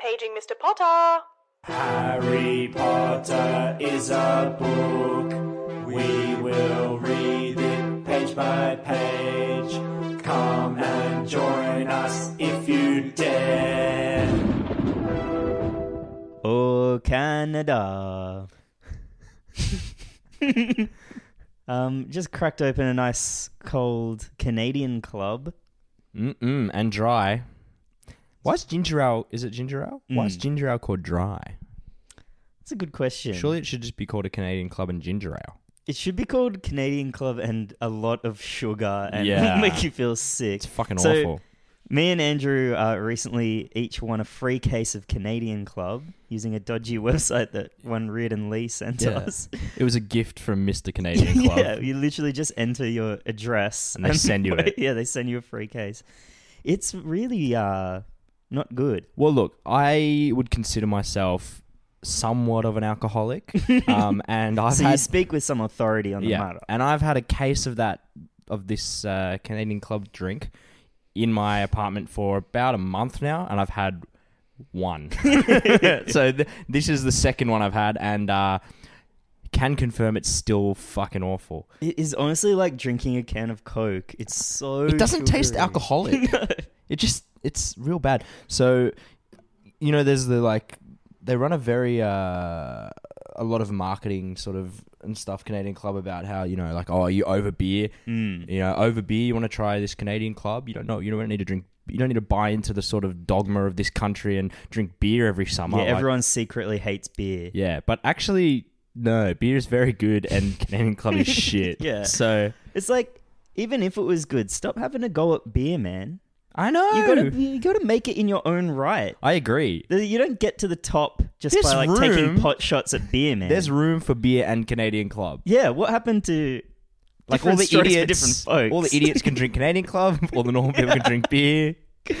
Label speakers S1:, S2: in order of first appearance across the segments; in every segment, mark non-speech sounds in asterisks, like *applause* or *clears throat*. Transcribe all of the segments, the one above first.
S1: Paging Mr. Potter.
S2: Harry Potter is a book. We will read it page by page. Come and join us if you dare.
S3: Oh, Canada. um, just cracked open a nice cold Canadian club.
S4: Mm-mm, and dry. Why is ginger ale? Is it ginger ale? Why
S3: Mm.
S4: is ginger ale called dry?
S3: That's a good question.
S4: Surely it should just be called a Canadian Club and ginger ale.
S3: It should be called Canadian Club and a lot of sugar and *laughs*
S4: Yeah.
S3: make you feel sick.
S4: It's fucking
S3: So,
S4: awful.
S3: Me and Andrew uh, recently each won a free case of Canadian Club using a dodgy *laughs* website that one Reed and Lee sent
S4: Yeah.
S3: us.
S4: It was a gift from
S3: *laughs*
S4: Mr. Canadian Club.
S3: yeah, you literally just enter your address
S4: And they
S3: *laughs*
S4: send you it.
S3: Yeah, they send you a free case. It's really uh, not good.
S4: Well, look, I would consider myself somewhat of
S3: *laughs*
S4: an alcoholic, um, and I've
S3: so you
S4: had
S3: speak with some authority on the
S4: yeah,
S3: matter.
S4: and I've had a case of that of this uh, Canadian Club drink in my apartment for about a month now, and I've had one. *laughs* so th- this is the second one I've had, and uh, can confirm it's still fucking awful.
S3: *laughs* It is honestly like drinking a can of Coke. It's so.
S4: It doesn't taste
S3: sugary. *laughs*
S4: alcoholic. It just it's real bad. So you know, there's the like they run a very uh a lot of marketing sort of and stuff Canadian club about how you know like oh you over beer you know over beer you want to try this Canadian club you don't know you don't need to drink you don't need to buy into the sort of dogma of this country and drink beer every summer
S3: Yeah,
S4: Like,
S3: everyone secretly hates beer.
S4: yeah but actually no beer is very good *laughs* and Canadian club is shit
S3: Yeah.
S4: so
S3: It's like even if it was good, stop having a go at beer, man.
S4: I know
S3: You gotta you gotta make it in your own right.
S4: I agree
S3: You don't get to the top just
S4: This
S3: by like
S4: room-
S3: taking pot shots at beer, man.
S4: there's room for beer and Canadian club
S3: yeah. What happened to
S4: like all
S3: different
S4: the
S3: strokes for
S4: idiots,
S3: different *laughs* folks?
S4: all the idiots can drink Canadian *laughs* Club, all the normal people can drink beer.
S3: And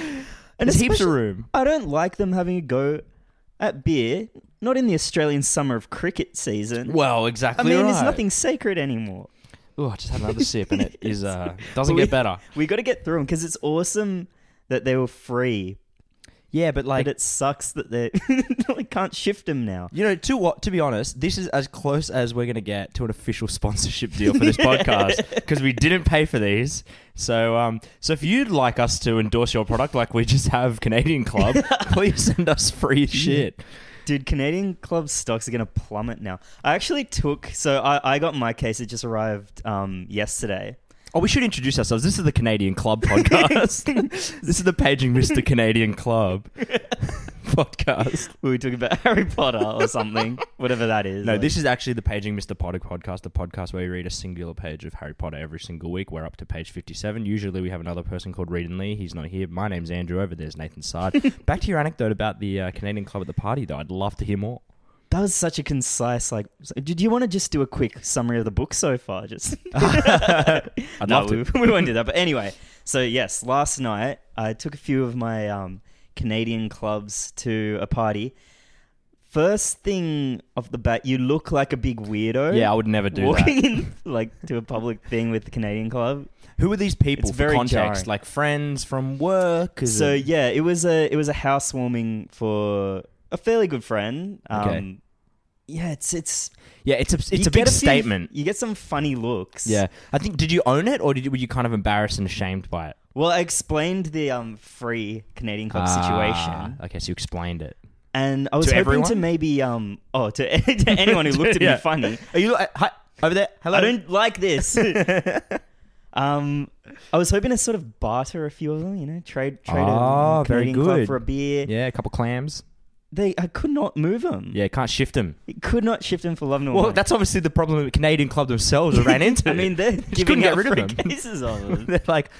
S4: There's heaps of
S3: especially-
S4: room.
S3: I don't like them having a go at beer. Not in the Australian summer of cricket season.
S4: Well,
S3: I
S4: exactly.
S3: mean,
S4: right.
S3: it's nothing sacred anymore.
S4: Oh, I just had another sip, and it is *laughs* uh, doesn't
S3: We-
S4: get better.
S3: *laughs* We got to get through them because it's awesome that they were free,
S4: Yeah, but like
S3: but it sucks that they *laughs* we can't shift them now.
S4: you know, to what to be honest, this is as close as we're gonna get to an official *laughs* sponsorship deal for this podcast because we didn't pay for these. So, um, so if you'd like us to endorse your product, like we just have Canadian Club, please send us free shit.
S3: Dude, Canadian club stocks are going to plummet now. I actually took, so I, I got my case, it just arrived um, yesterday. *laughs*
S4: Oh, we should introduce ourselves. This is the Canadian Club podcast. this is the Paging Mr. Canadian Club podcast.
S3: *laughs* We were talking about Harry Potter or something, whatever that is.
S4: No,
S3: Like,
S4: this is actually the Paging Mr. Potter podcast, the podcast where we read a singular page of Harry Potter every single week. We're up to page 57. Usually we have another person called Reed and Lee. He's not here. My name's Andrew. Over there's Nathan Sard. Back to your anecdote about the uh, Canadian Club at the party, though. I'd love to hear more.
S3: that was such a concise, like, so- did you want to just do a quick summary of the book so far? Just.
S4: *laughs* I'd
S3: *laughs* no,
S4: love to.
S3: We, we won't do that. But anyway, so yes, last night I took a few of my um, Canadian clubs to a party. First thing off the bat, you look like a big weirdo.
S4: Yeah, I would never do that.
S3: walking in *laughs* like to a public thing with the Canadian club.
S4: Who are these people?
S3: It's
S4: for
S3: very
S4: context,
S3: jarring.
S4: like friends from work. Is
S3: So
S4: it-
S3: yeah, it was a it was a housewarming for a fairly good friend. Um,
S4: Okay.
S3: Yeah, it's it's
S4: yeah, it's a it's
S3: you
S4: a big
S3: get few-
S4: statement.
S3: You get some funny looks.
S4: Yeah, I think. Did you own it, or did you, were you kind of embarrassed and ashamed by it?
S3: Well, I explained the um free Canadian club situation.
S4: Ah, Okay, so you explained it.
S3: And I was
S4: To
S3: hoping to
S4: everyone?
S3: maybe um oh to, to *laughs* anyone who looked at
S4: Yeah.
S3: me funny.
S4: Are you uh, hi, over there? Hello.
S3: I don't like
S4: *laughs*
S3: this. um, I was hoping to sort of barter a few of them, you know, trade trade
S4: Ah,
S3: a
S4: very
S3: Canadian club
S4: good.
S3: for a beer.
S4: Yeah, a couple clams.
S3: They I could not move them.
S4: Yeah, can't shift them.
S3: It could not shift them for love nor
S4: Well,
S3: money.
S4: that's obviously the problem that Canadian club themselves *laughs* ran into.
S3: I mean, they're
S4: Just
S3: giving
S4: couldn't
S3: out
S4: get rid
S3: free
S4: of them. *laughs*
S3: cases of them.
S4: they're like,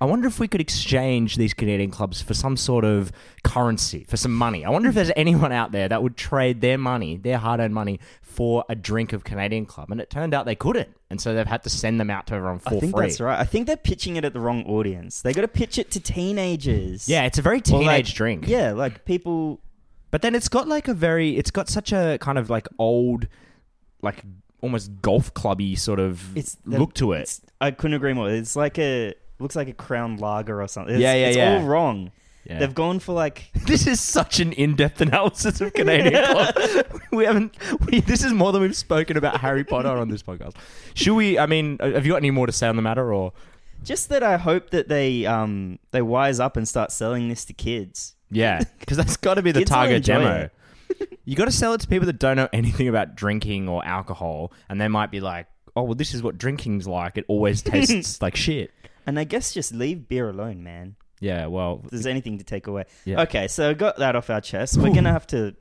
S4: I wonder if we could exchange these Canadian clubs for some sort of currency, for some money. I wonder if there's anyone out there that would trade their money, their hard-earned money, for a drink of Canadian club. And it turned out they couldn't, and so they've had to send them out to everyone for
S3: I think
S4: free.
S3: that's right. I think they're pitching it at the wrong audience. They got to pitch it to teenagers.
S4: Yeah, it's a very
S3: Or
S4: teenage
S3: like-
S4: drink.
S3: Yeah, like people.
S4: But then it's got like a very, it's got such a kind of like old, like almost golf clubby sort of
S3: It's the-
S4: look to it.
S3: it's- I couldn't agree more. It's like a looks like a Crown Lager or something. It's,
S4: Yeah, yeah,
S3: it's
S4: yeah.
S3: all wrong.
S4: Yeah.
S3: They've gone for like
S4: This is such an in-depth analysis of Canadian club. *laughs* We haven't. We, this is more than we've spoken about Harry Potter on this podcast. Should we? I mean, uh, have you got any more to say on the matter, or
S3: just that. I hope that they um they wise up and start selling this to kids.
S4: yeah? Because that's got to be the
S3: Kids will
S4: target
S3: enjoy
S4: demo. *laughs* you got to sell it to people that don't know anything about drinking or alcohol, and they might be like, "Oh, well, this is what drinking's like. It
S3: *laughs*
S4: always tastes like shit."
S3: And I guess just leave beer alone, man.
S4: Yeah. Well,
S3: If there's anything to take away.
S4: Yeah.
S3: Okay, so got that off our chest. We're gonna have to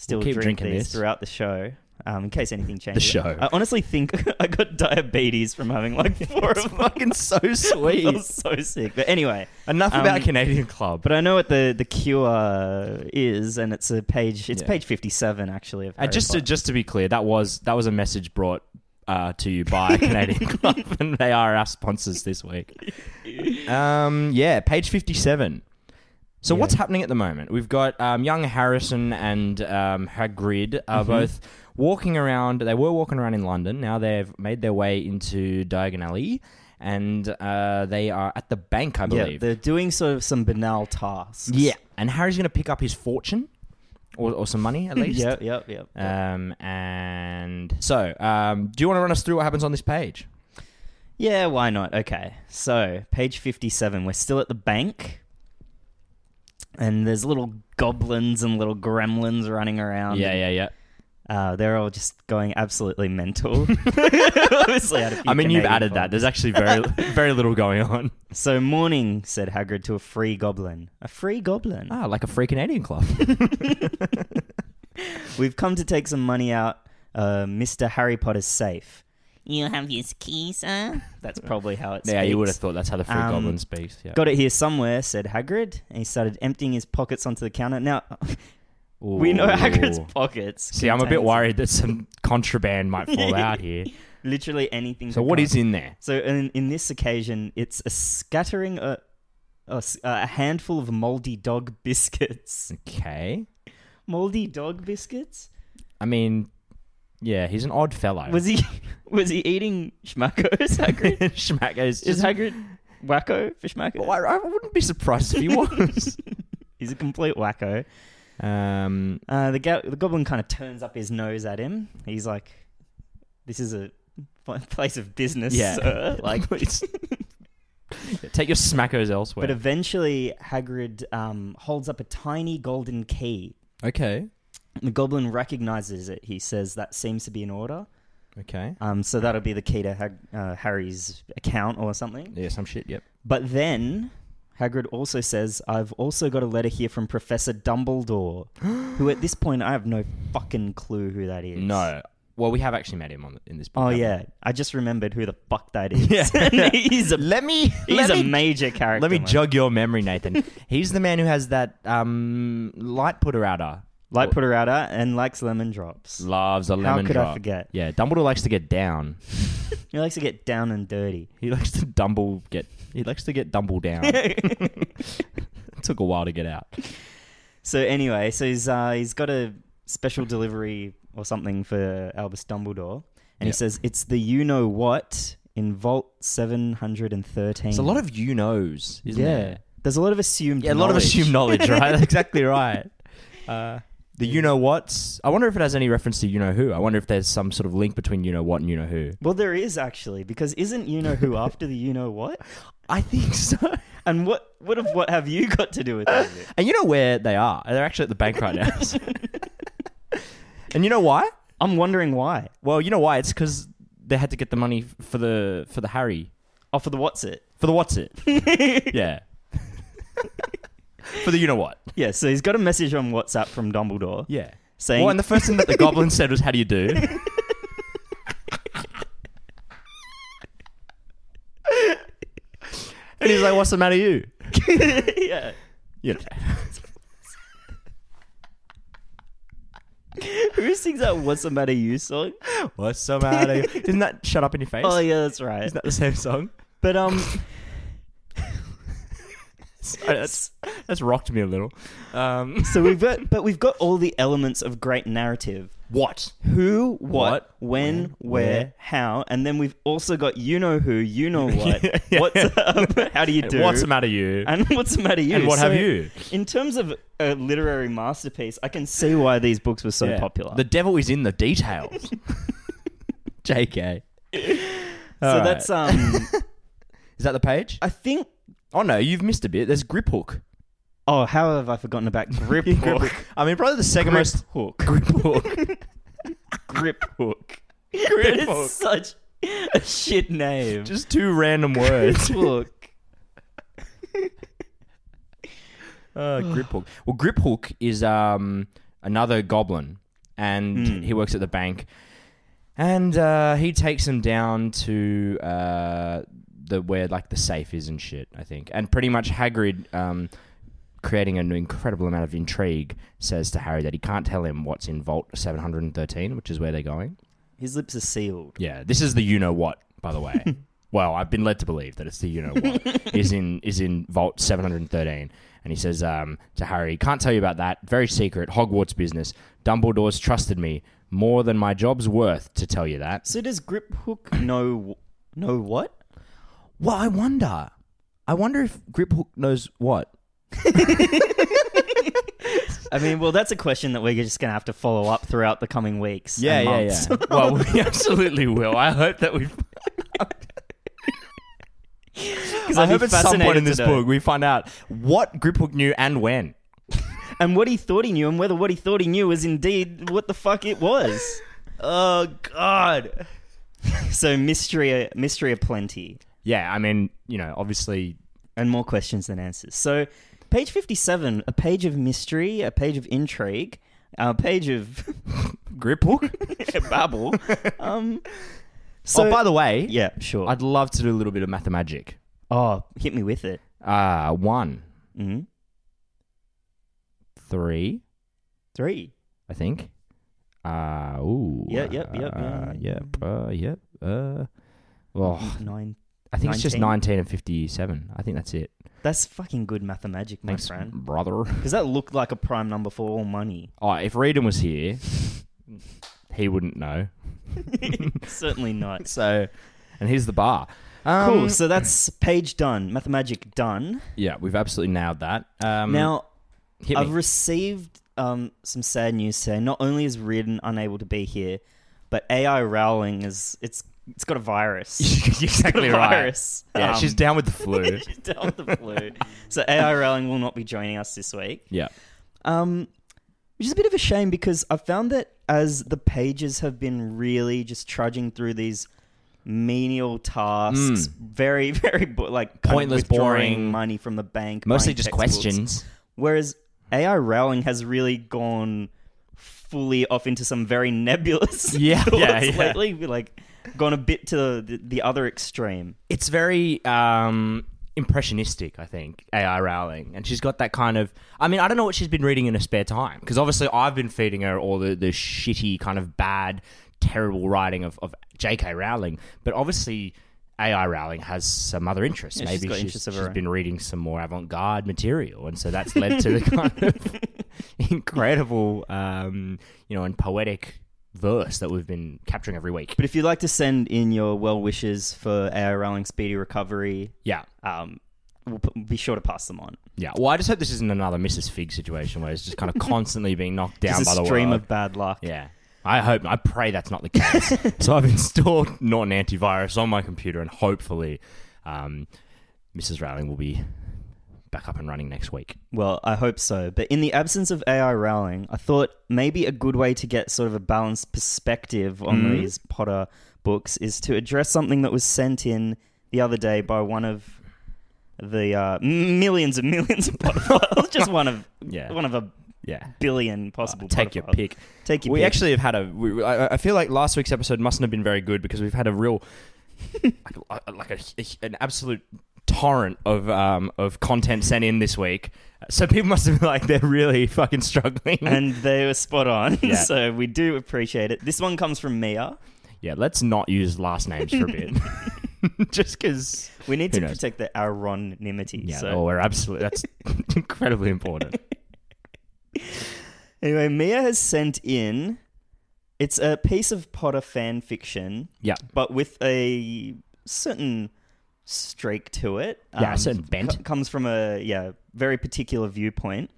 S3: still
S4: We'll keep
S3: drink
S4: drinking
S3: these
S4: this.
S3: throughout the show. Um, in case anything changes,
S4: show.
S3: I honestly think *laughs* I got diabetes from having like
S4: *laughs*
S3: four
S4: it's
S3: of them. *laughs*
S4: fucking so
S3: I feel
S4: sweet.
S3: so sick. But anyway,
S4: Enough
S3: Um,
S4: about Canadian club.
S3: but I know what the the cure is, and it's a page. It's
S4: Yeah.
S3: page fifty seven actually. Of
S4: Uh,
S3: Harry
S4: just to
S3: Potter.
S4: just to be clear, that was that was a message brought uh, to you
S3: *laughs*
S4: by Canadian Club, *laughs* and they are our sponsors this week. Um, yeah, page fifty-seven. So what's happening at the moment? We've got um, young Harrison and um, Hagrid are
S3: Mm-hmm.
S4: both walking around. They were walking around in London. Now they've made their way into Diagon Alley, and uh, they are at the bank, I
S3: yeah,
S4: believe.
S3: they're doing sort of some banal tasks.
S4: Yeah, and Harry's going to pick up his fortune, or, or some
S3: *laughs*
S4: money at least.
S3: yep, yep, yep.
S4: Um, and so, um, do you want to run us through what happens on this page?
S3: Yeah, why not? Okay. So, page 57, we're still at the bank. And there's little goblins and little gremlins running
S4: Um,
S3: around.
S4: yeah.
S3: Uh, they're all just going absolutely
S4: *laughs*
S3: mental. Obviously, had a few
S4: I mean,
S3: Canadian
S4: you've added
S3: problems.
S4: that. There's actually *laughs* very, very little going on.
S3: So, morning, said Hagrid to a free goblin. A free goblin?
S4: Ah, like a free Canadian club.
S3: We've come to take some money out uh, Mr. Harry Potter's safe.
S5: You have his key, sir?
S3: *laughs* That's probably how it's
S4: *laughs* yeah, you would have thought that's how the free
S3: Um,
S4: goblin speaks. Yeah.
S3: Got it here somewhere, said Hagrid, and he started emptying his pockets onto the counter. Now, *laughs* we know
S4: Ooh.
S3: Hagrid's pockets.
S4: *laughs* See, I'm a bit
S3: contains
S4: worried that some contraband might *laughs* fall out here.
S3: Literally anything.
S4: So,
S3: that
S4: what
S3: comes.
S4: is in there?
S3: So, in, in this occasion, it's a scattering a, a s- a handful of moldy dog *laughs* biscuits.
S4: Okay.
S3: Moldy dog biscuits?
S4: I mean, yeah, he's an odd fellow.
S3: Was he *laughs* was he eating schmackos,
S4: *laughs*
S3: Hagrid?
S4: Schmackos?
S3: is
S4: just-
S3: Hagrid wacko for schmackos?
S4: Well, I, I wouldn't be surprised *laughs* if he was.
S3: He's a complete wacko.
S4: um,
S3: Uh, the, go- the goblin kind of turns up his nose at him. He's like, "This is a *laughs* pl- place of business,
S4: Yeah. *laughs*
S3: sir." Like,
S4: Please. take your smackos elsewhere.
S3: but eventually Hagrid um, holds up a tiny golden key.
S4: okay.
S3: The goblin recognizes it. He says, "That seems to be an order."
S4: Okay.
S3: Um, so that'll be the key to Hag- uh, Harry's account or something.
S4: Yeah, some shit. Yep.
S3: But then Hagrid also says, "I've also got a letter here from Professor Dumbledore, *gasps* who at this point I have no fucking clue who that is."
S4: No. Well, we have actually met him on in this. book,
S3: Oh
S4: haven't
S3: yeah, I just remembered who the fuck
S4: *laughs*
S3: that is.
S4: Yeah.
S3: And *laughs* he's a
S4: we? Let me.
S3: he's
S4: let
S3: a
S4: me,
S3: major character.
S4: Let me
S3: man.
S4: jog your memory, *laughs* Nathan. he's the man who has that um, light putter outer.
S3: Light putter outer and likes lemon drops.
S4: Loves a lemon
S3: could I
S4: drop.
S3: forget?
S4: Yeah, Dumbledore likes to get down. *laughs*
S3: He likes to get down and dirty.
S4: He likes to dumble get. He likes to get dumble down. *laughs* Took a while to get out.
S3: So anyway, so he's uh, he's got a special delivery or something for Albus Dumbledore, and he
S4: Yep.
S3: says it's the you know what in Vault seven hundred and thirteen.
S4: There's a lot of you knows, isn't
S3: yeah.
S4: there?
S3: There's a lot of assumed.
S4: Yeah, a lot of assumed
S3: *laughs*
S4: knowledge, right? That's *laughs* exactly right. Uh, the you know what's. I wonder if it has any reference to you know who. I wonder if there's some sort of link between you know what and you know who.
S3: Well, there is actually because isn't you know who after the you know what?
S4: I think so.
S3: And what what of what have you got to do with all of it?
S4: *laughs* And you know where they are? They're actually at the bank right now. *laughs* and you know why?
S3: I'm wondering why.
S4: Well, you know why? It's because they had to get the money f- for the for the Harry
S3: Oh, for the what's it? *laughs*
S4: for the what's *laughs* it? yeah. *laughs* for the you know what?
S3: Yeah, so he's got a message on WhatsApp from Dumbledore
S4: Yeah.
S3: saying, *laughs*
S4: Well, and the first thing that the goblin said was, "How do you do?" and he's like, "What's the matter, you?"
S3: yeah,
S4: You know.
S3: who sings that "What's the Matter You" song?
S4: What's the matter? you?" Isn't that "Shut Up in Your Face"?
S3: Oh yeah, that's right.
S4: Isn't that the same song?
S3: *laughs* But um,
S4: Sorry, that's that's rocked me a little. Um,
S3: *laughs* so we've got, but we've got all the elements of great narrative.
S4: What?
S3: who, what,
S4: What,
S3: when, where,
S4: where.
S3: how, and then we've also got you know who, you know what,
S6: Yeah.
S3: what's up, how do you do,
S6: What's the matter, you?
S3: and what's the matter you,
S6: And what have you?
S3: In terms of a literary masterpiece, I can see why these books were so
S4: Yeah.
S3: popular.
S4: The devil is in
S3: *laughs*
S4: the details. JK.
S3: so
S4: All right.
S3: that's um,
S4: *laughs* Is that the page?
S3: I think.
S4: Oh no, you've missed a bit. There's grip hook.
S3: Oh, how have I forgotten
S4: *laughs*
S3: about grip hook?
S4: I mean, probably the second
S3: Grip
S4: most
S3: hook.
S4: *laughs* grip
S3: *laughs*
S4: hook. *laughs*
S3: grip hook. That is such a shit name.
S4: Just two random
S3: *laughs*
S4: words.
S3: hook.
S4: Uh, grip hook. Well, grip hook is um, another goblin, and
S3: Hmm.
S4: he works at the bank, and uh, he takes him down to uh, the where like the safe is and shit. I think, and pretty much Hagrid, um, creating an incredible amount of intrigue, says to Harry that he can't tell him what's in Vault Seven Hundred and Thirteen, which is where they're going.
S3: His lips are sealed.
S4: Yeah, this is the you know what, by the way. well, I've been led to believe that it's the you know what is in is in Vault seven hundred and thirteen. And he says um, to Harry, "Can't tell you about that. Very secret. Hogwarts business. Dumbledore's trusted me more than my job's worth to tell you that."
S3: So does grip hook know know what?
S4: Well, I wonder. I wonder if Grip Hook knows what.
S3: I mean, well, that's a question that we're just going to have to follow up throughout the coming weeks. Um,
S4: Yeah,
S3: and
S4: yeah,
S3: months.
S4: *laughs* yeah. well, we absolutely will. I hope that we.
S3: 'Cause
S4: I
S3: I'd be
S4: hope at some
S3: fascinated
S4: point in
S3: to
S4: this
S3: know.
S4: book we find out what Grip Hook knew and when.
S3: and what he thought he knew, and whether what he thought he knew was indeed what the fuck it was.
S4: *laughs* Oh God.
S3: *laughs* So mystery, mystery aplenty,
S4: Yeah, I mean, you know, obviously, *laughs*
S3: and more questions than answers. So, page fifty-seven, a page of mystery, a page of intrigue, a page
S4: *laughs*
S3: of
S4: grip hook.
S3: babble. *laughs* Um, so,
S4: so, oh, by the way,
S3: yeah, sure.
S4: I'd love to do a little bit of mathemagic.
S3: oh, hit me with it.
S4: Uh, one,
S3: hmm
S4: three,
S3: Three.
S4: I think. Uh, ooh.
S3: Yep, yep, yep,
S4: Uh,
S3: yeah.
S4: yep, uh, yep. Uh, well,
S3: Nine.
S4: I think it's just
S3: 19?
S4: 19 and 57. I think that's it.
S3: That's fucking good mathematic, my
S4: Thanks,
S3: friend.
S4: brother.
S3: Because that looked like a prime number for all
S4: *laughs*
S3: money. *laughs*
S4: Oh, if Reedon was here, he wouldn't know.
S3: Certainly not.
S4: So, and here's the bar. Um,
S3: Cool. So that's page done. Mathemagic done.
S4: Yeah, we've absolutely nailed that. Um,
S3: now,
S4: hit me.
S3: I've received um, some sad news today. Not only is Reardon unable to be here, but AI Rowling is it's it's got a virus.
S4: *laughs*
S3: *laughs* It's
S4: You're
S3: got
S4: *laughs* exactly
S3: a
S4: right.
S3: virus.
S4: Yeah,
S3: Um,
S4: she's down with
S3: *laughs*
S4: the flu.
S3: she's down with the flu. so AI Rowling will not be joining us this week.
S4: yeah.
S3: Um, which is a bit of a shame because I found that as the pages have been really just trudging through these menial tasks, very, *laughs* very bo- like kind of
S4: Hmm. Pointless,
S3: withdrawing
S4: boring.
S3: money from the bank,
S4: Mostly
S3: buying
S4: just
S3: textbooks.
S4: questions.
S3: Whereas AI Rowling has really gone fully off into some very nebulous *laughs*
S4: Yeah,
S3: thoughts
S4: yeah, yeah.
S3: lately, like gone a bit to the, the other extreme.
S4: It's very um, impressionistic, I think, AI Rowling. And she's got that kind of. I mean, I don't know what she's been reading in her spare time. Because obviously, I've been feeding her all the, the shitty, kind of bad, terrible writing of, of J.K. Rowling. But obviously. AI Rowling has some other interests.
S3: Yeah, she's
S4: Maybe
S3: got
S4: she's,
S3: interests of her
S4: she's
S3: own.
S4: been reading some more avant-garde material, and so that's led
S3: *laughs*
S4: to the kind of *laughs* incredible, um, you know, and poetic verse that we've been capturing every week.
S3: But if you'd like to send in your well wishes for AI Rowling's speedy recovery,
S4: Yeah,
S3: um, we'll p- be sure to pass them on.
S4: Yeah, well, I just hope this isn't another Mrs. Fig situation where it's
S3: *laughs*
S4: just kind of constantly being knocked down
S3: It's
S4: by
S3: a
S4: the
S3: stream
S4: world.
S3: of bad luck.
S4: yeah, I hope, I pray that's not
S3: *laughs*
S4: the case. so I've installed Norton antivirus on my computer, and hopefully, um, Mrs. Rowling will be back up and running next week.
S3: Well, I hope so. But in the absence of AI Rowling, I thought maybe a good way to get sort of a balanced perspective on
S4: Mm-hmm.
S3: these Potter books is to address something that was sent in the other day by one of the uh, m- millions and millions of
S4: *laughs*
S3: Potter files. *laughs* Just one of
S4: Yeah.
S3: one of a
S4: Yeah.
S3: billion possible.
S4: Take
S3: Potter
S4: your
S3: files.
S4: pick.
S3: Take your
S4: we
S3: pick.
S4: actually have had a. We, I, I feel like last week's episode mustn't have been very good because we've had a *laughs* real, like, a, like a, an absolute torrent of um of content sent in this week. So people must have been like they're really fucking struggling.
S3: *laughs* and they were spot on. *laughs*
S4: Yeah.
S3: so we do appreciate it. This one comes from Mia.
S4: *laughs*
S3: *laughs*
S4: yeah, let's not use last names for a *laughs* bit, just *laughs* because.
S3: We need
S4: Who
S3: to
S4: knows?
S3: protect the anonymity.
S4: Yeah,
S3: so.
S4: oh, we're absolutely. *laughs* That's *laughs* incredibly important.
S3: Anyway, Mia has sent in It's a piece of Potter fan fiction,
S4: Yeah.
S3: but with a certain streak to it.
S4: Yeah, a certain bent.
S3: co- comes from a yeah very particular viewpoint.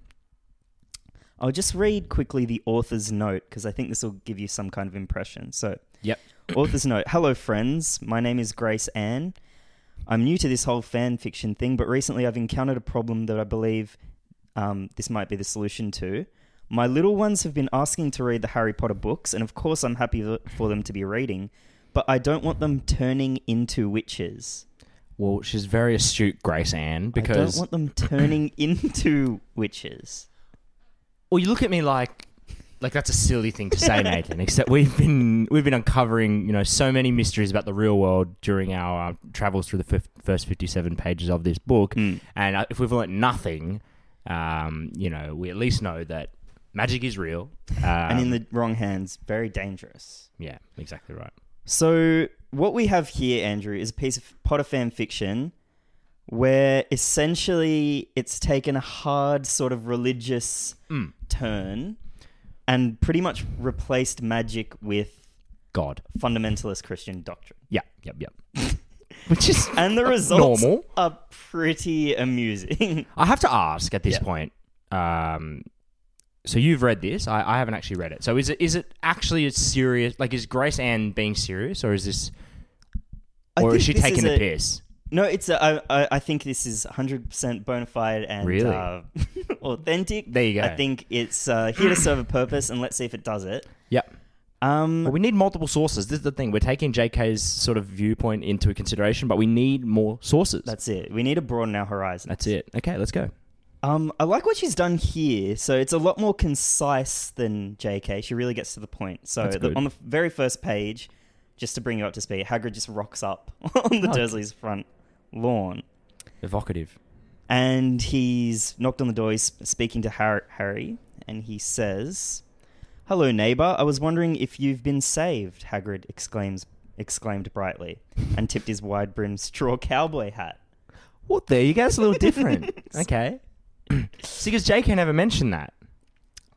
S3: I'll just read quickly the author's note because I think this will give you some kind of impression. So,
S4: Yep.
S3: Author's note Hello, friends. My name is Grace Ann. I'm new to this whole fan fiction thing, but recently I've encountered a problem that I believe um, this might be the solution to. My little ones have been asking to read the Harry Potter books, and of course I'm happy th- for them to be reading, but I don't want them turning into witches.
S4: Well, she's very astute, Grace Ann,
S3: I don't
S4: because
S3: want them turning *laughs* into witches.
S4: well, you look at me like like that's a silly thing
S3: *laughs*
S4: to say, Nathan. Except we've been we've been uncovering you know so many mysteries about the real world during our uh, travels through the fif- first fifty seven pages of this book,
S3: Hmm.
S4: and uh, if we've learnt nothing, um, you know, we at least know that magic is real. Um,
S3: *laughs* and in the wrong hands, very dangerous.
S4: yeah, exactly right.
S3: So what we have here, Andrew, is a piece of Potter fan fiction where essentially it's taken a hard sort of religious
S4: Mm.
S3: turn and pretty much replaced magic with
S4: God.
S3: fundamentalist Christian doctrine.
S4: Yeah. Yep. Yep.
S3: *laughs*
S4: Which is
S3: And the results
S4: Uh, normal.
S3: are pretty amusing. *laughs*
S4: I have to ask at this point. Um, so you've read this. I, I haven't actually read it. So is it is it actually a serious? Like, is Grace Anne being serious, or is this,
S3: I
S4: or
S3: think
S4: is she
S3: this
S4: taking
S3: is
S4: the
S3: a-
S4: piss?
S3: No, it's a, I, I, I think this is 100% bona fide and
S4: Really?
S3: uh, *laughs* authentic.
S4: There you go.
S3: I think it's uh, here to serve a purpose and let's see if it does it.
S4: Yep.
S3: Um,
S4: Well, we need multiple sources. This is the thing. We're taking J.K.'s sort of viewpoint into consideration, but we need more sources.
S3: That's it. We need to broaden our horizon.
S4: That's it. Okay, let's go.
S3: Um, I like what she's done here. So it's a lot more concise than JK. She really gets to the point. So
S4: That's
S3: the-
S4: good.
S3: on the very first page, just to bring you up to speed, Hagrid just rocks up *laughs* on the Dursleys' front lawn,
S4: Evocative.
S3: and he's knocked on the door. He's speaking to Har- Harry, and he says, "Hello, neighbor. I was wondering if you've been saved." Hagrid exclaims, exclaimed brightly, and tipped his wide-brimmed straw cowboy hat.
S4: Well, there you go. It's a little different.
S3: *laughs*
S4: okay. *clears throat* See, because J.K. never mentioned that.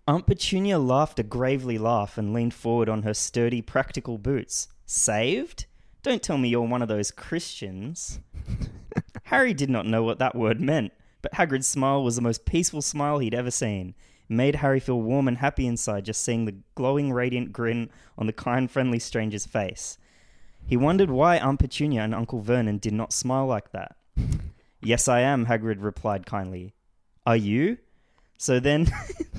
S3: Aunt Petunia laughed a gravely laugh and leaned forward on her sturdy, practical boots. Saved? Don't tell me you're one of those Christians. Harry did not know what that word meant, but Hagrid's smile was the most peaceful smile he'd ever seen. It made Harry feel warm and happy inside just seeing the glowing, radiant grin on the kind, friendly stranger's face. He wondered why Aunt Petunia and Uncle Vernon did not smile like that. yes, I am, Hagrid replied kindly. Are you? So then,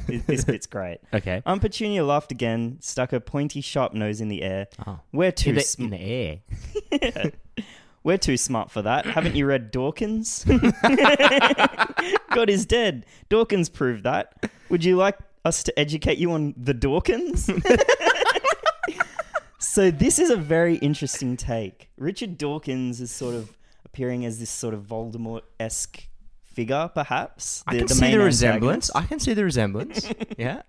S3: this bit's great.
S4: Okay.
S3: Aunt Petunia laughed again, stuck her pointy, sharp nose in the air.
S4: Oh.
S3: We're too
S4: In the,
S3: sm-
S4: in the air.
S3: we're too smart for that. Haven't you read
S4: *laughs*
S3: Dawkins? God is dead. Dawkins proved that. Would you like us to educate you on the
S4: *laughs*
S3: Dawkins? so this is a very interesting take. Richard Dawkins is sort of appearing as this sort of Voldemort-esque figure, perhaps.
S4: I can see the
S3: main antagonist.
S4: resemblance. I can see
S3: *laughs*
S4: the resemblance. yeah.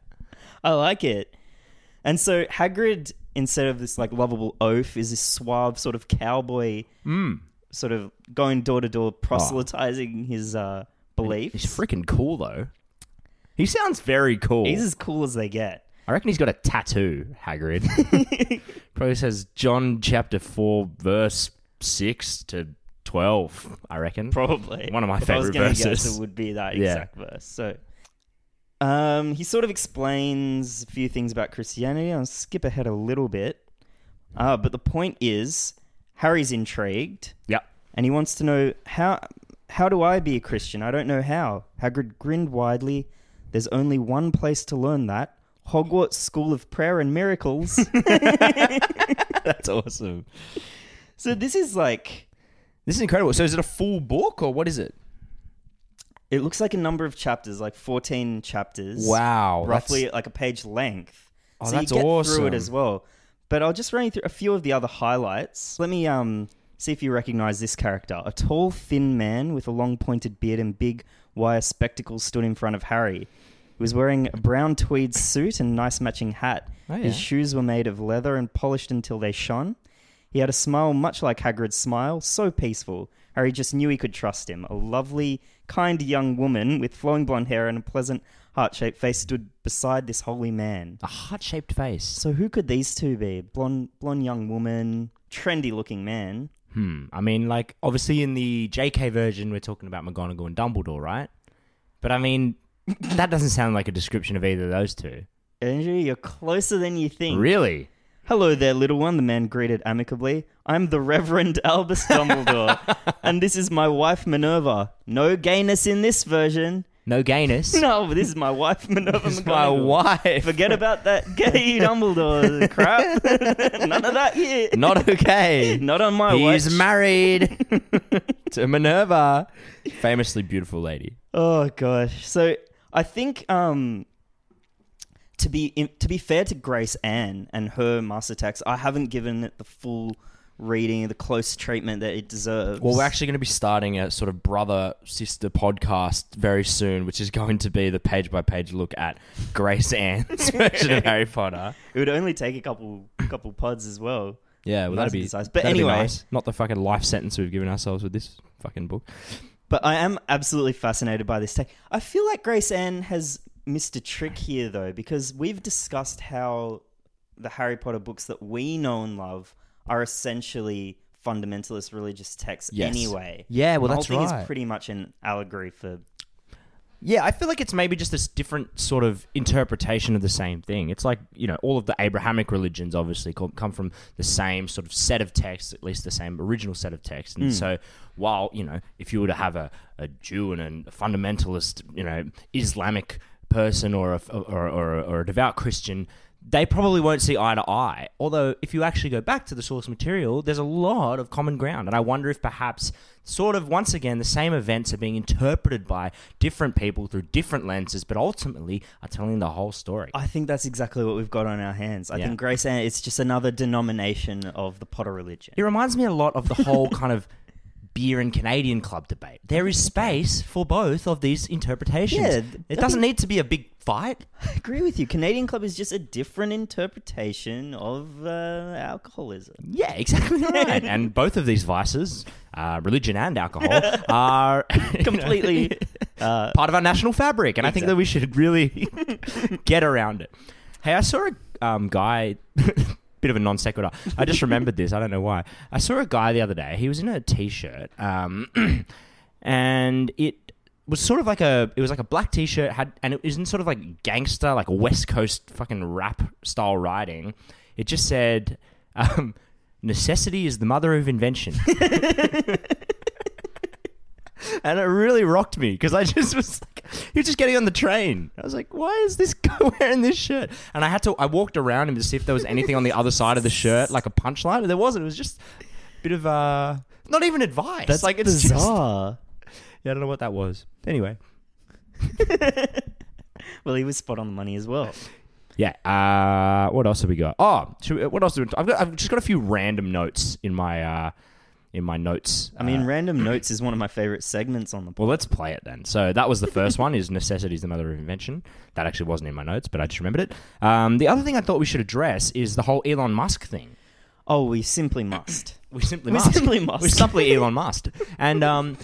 S3: I like it. And so Hagrid, instead of this like lovable oaf, is this suave sort of cowboy,
S4: Mm.
S3: sort of going door to door proselytizing his uh, beliefs.
S4: Oh. He's freaking cool though. He sounds very cool.
S3: He's as cool as they get.
S4: I reckon he's got a tattoo, Hagrid.
S3: *laughs*
S4: Probably says John chapter four verse six to twelve. I reckon.
S3: Probably
S4: One of my
S3: If I was
S4: favorite
S3: gonna
S4: verses.
S3: Guess, it would be that
S4: Yeah.
S3: exact verse. So. Um, he sort of explains a few things about Christianity. I'll skip ahead a little bit. Uh, but the point is, Harry's intrigued.
S4: Yep.
S3: and he wants to know how how do I be a Christian? I don't know how. Hagrid grinned widely. There's only one place to learn that. Hogwarts School of Prayer and
S4: *laughs*
S3: Miracles. *laughs*
S4: That's awesome.
S3: so this is like
S4: This is incredible. So is it a full book or what is it?
S3: it looks like a number of chapters, like 14 chapters.
S4: Wow,
S3: Roughly
S4: that's-
S3: like a page length.
S4: Oh,
S3: so
S4: that's
S3: you get through
S4: awesome.
S3: it as well. But I'll just run you through a few of the other highlights. Let me um see if you recognize this character. A tall, thin man with a long pointed beard and big wire spectacles stood in front of Harry. He was wearing a brown tweed suit and nice matching hat.
S4: Oh,
S3: His
S4: yeah.
S3: shoes were made of leather and polished until they shone. He had a smile much like Hagrid's smile, so peaceful, Harry just knew he could trust him. A lovely, kind young woman with flowing blonde hair and a pleasant, heart shaped face stood beside this holy man.
S4: A heart shaped face.
S3: So who could these two be? Blonde, blonde young woman, trendy looking man.
S4: Hmm. I mean, like, obviously in the JK version, we're talking about McGonagall and Dumbledore, right? But I mean, that doesn't sound like a description of either of those two.
S3: Andrew, you're closer than you think.
S4: Really?
S3: Hello there, little one, the man greeted amicably. I'm the Reverend *laughs* Albus Dumbledore, and this is my wife Minerva. No gayness in this version.
S7: *laughs*
S4: No gayness.
S3: *laughs* No, this is my wife Minerva McGonagall.
S7: My wife.
S3: Forget about that gay Dumbledore crap. *laughs* None of that here.
S7: *laughs* Not okay.
S3: Not on *laughs* my watch.
S7: He's married
S3: *laughs*
S7: to Minerva, famously beautiful lady.
S3: Oh gosh. So I think um to be in, to be fair to Grace Anne and her master text, I haven't given it the full reading, the close treatment that it deserves.
S7: Well, we're actually going to be starting a sort of brother sister podcast very soon, which is going to be the page by page look at Grace
S3: *laughs*
S7: Ann's version of Harry Potter.
S3: it would only take a couple couple pods as well.
S7: Yeah, well,
S3: Nice
S7: that'd be
S3: and concise. But
S7: that'd be
S3: anyway-
S7: nice. not the fucking life sentence we've given ourselves with this fucking book.
S3: But I am absolutely fascinated by this tech. I feel like Grace Anne has missed a trick here, though, because we've discussed how the Harry Potter books that we know and love are essentially fundamentalist religious texts
S7: Yes.
S3: anyway.
S7: Yeah, well,
S3: the
S7: that's
S3: whole thing
S7: right.
S3: is pretty much an allegory for.
S4: Yeah, I feel like it's maybe just this different sort of interpretation of the same thing. It's like, you know, all of the Abrahamic religions obviously co- come from the same sort of set of texts, at least the same original set of texts. And so, while, you know, if you were to have a, a Jew and a fundamentalist, you know, Islamic person or a, or, or, or a devout Christian, they probably won't see eye to eye. Although, if you actually go back to the source material, there's a lot of common ground. And I wonder if perhaps, sort of, once again, the same events are being interpreted by different people through different lenses, but ultimately are telling the whole story.
S3: I think that's exactly what we've got on our hands. I
S4: Yeah.
S3: think Grace Anne it's just another denomination of the Potter religion.
S4: It reminds me a lot of the whole kind of beer and Canadian club debate. There is space for both of these interpretations.
S3: Yeah, th-
S4: it doesn't need to be a big fight.
S3: *laughs* I agree with you. Canadian Club is just a different interpretation of uh, alcoholism.
S7: *laughs*
S4: Yeah, *laughs* exactly right. and both of these vices, uh, religion and alcohol, *laughs* are you know,
S7: *laughs*
S3: Completely, uh,
S4: part of our national fabric, and I think that we should really *laughs* get around it. Hey, I saw a um, guy, *laughs* bit of a non sequitur. I just remembered this. I don't know why. I saw a guy the other day. He was in a t-shirt, um, *clears throat* and it was sort of like a it was like a black t-shirt had and it was in sort of like gangster like west coast fucking rap style writing it just said um, necessity is the mother of invention
S3: *laughs*
S4: and it really rocked me because I *laughs* just was like, he was just getting on the train. I was like, why is this *laughs* guy wearing this shirt? And I had to, I walked around him to see if there was anything on the other side of the shirt, like a punchline. And there wasn't. It was just a bit of, uh, not even advice.
S3: that's
S4: like, it's Just,
S3: bizarre.
S4: yeah, I don't know what that was. Anyway.
S3: *laughs* Well, he was spot on the money as well.
S4: Yeah. Uh, what else have we got? Oh, should we, what else? Do we, I've got. I've just got a few random notes in my uh, in my notes.
S3: I mean,
S4: Uh,
S3: random notes is one of my favorite segments on the podcast.
S4: well, let's play it then. So that was the first one. Is necessity is the mother of invention? That actually wasn't in my notes, but I just remembered it. Um, the other thing I thought we should address is the whole Elon Musk thing.
S3: Oh, we simply must.
S4: We
S3: *laughs*
S4: simply
S3: We
S4: must.
S3: simply must.
S4: We simply Elon must. And um,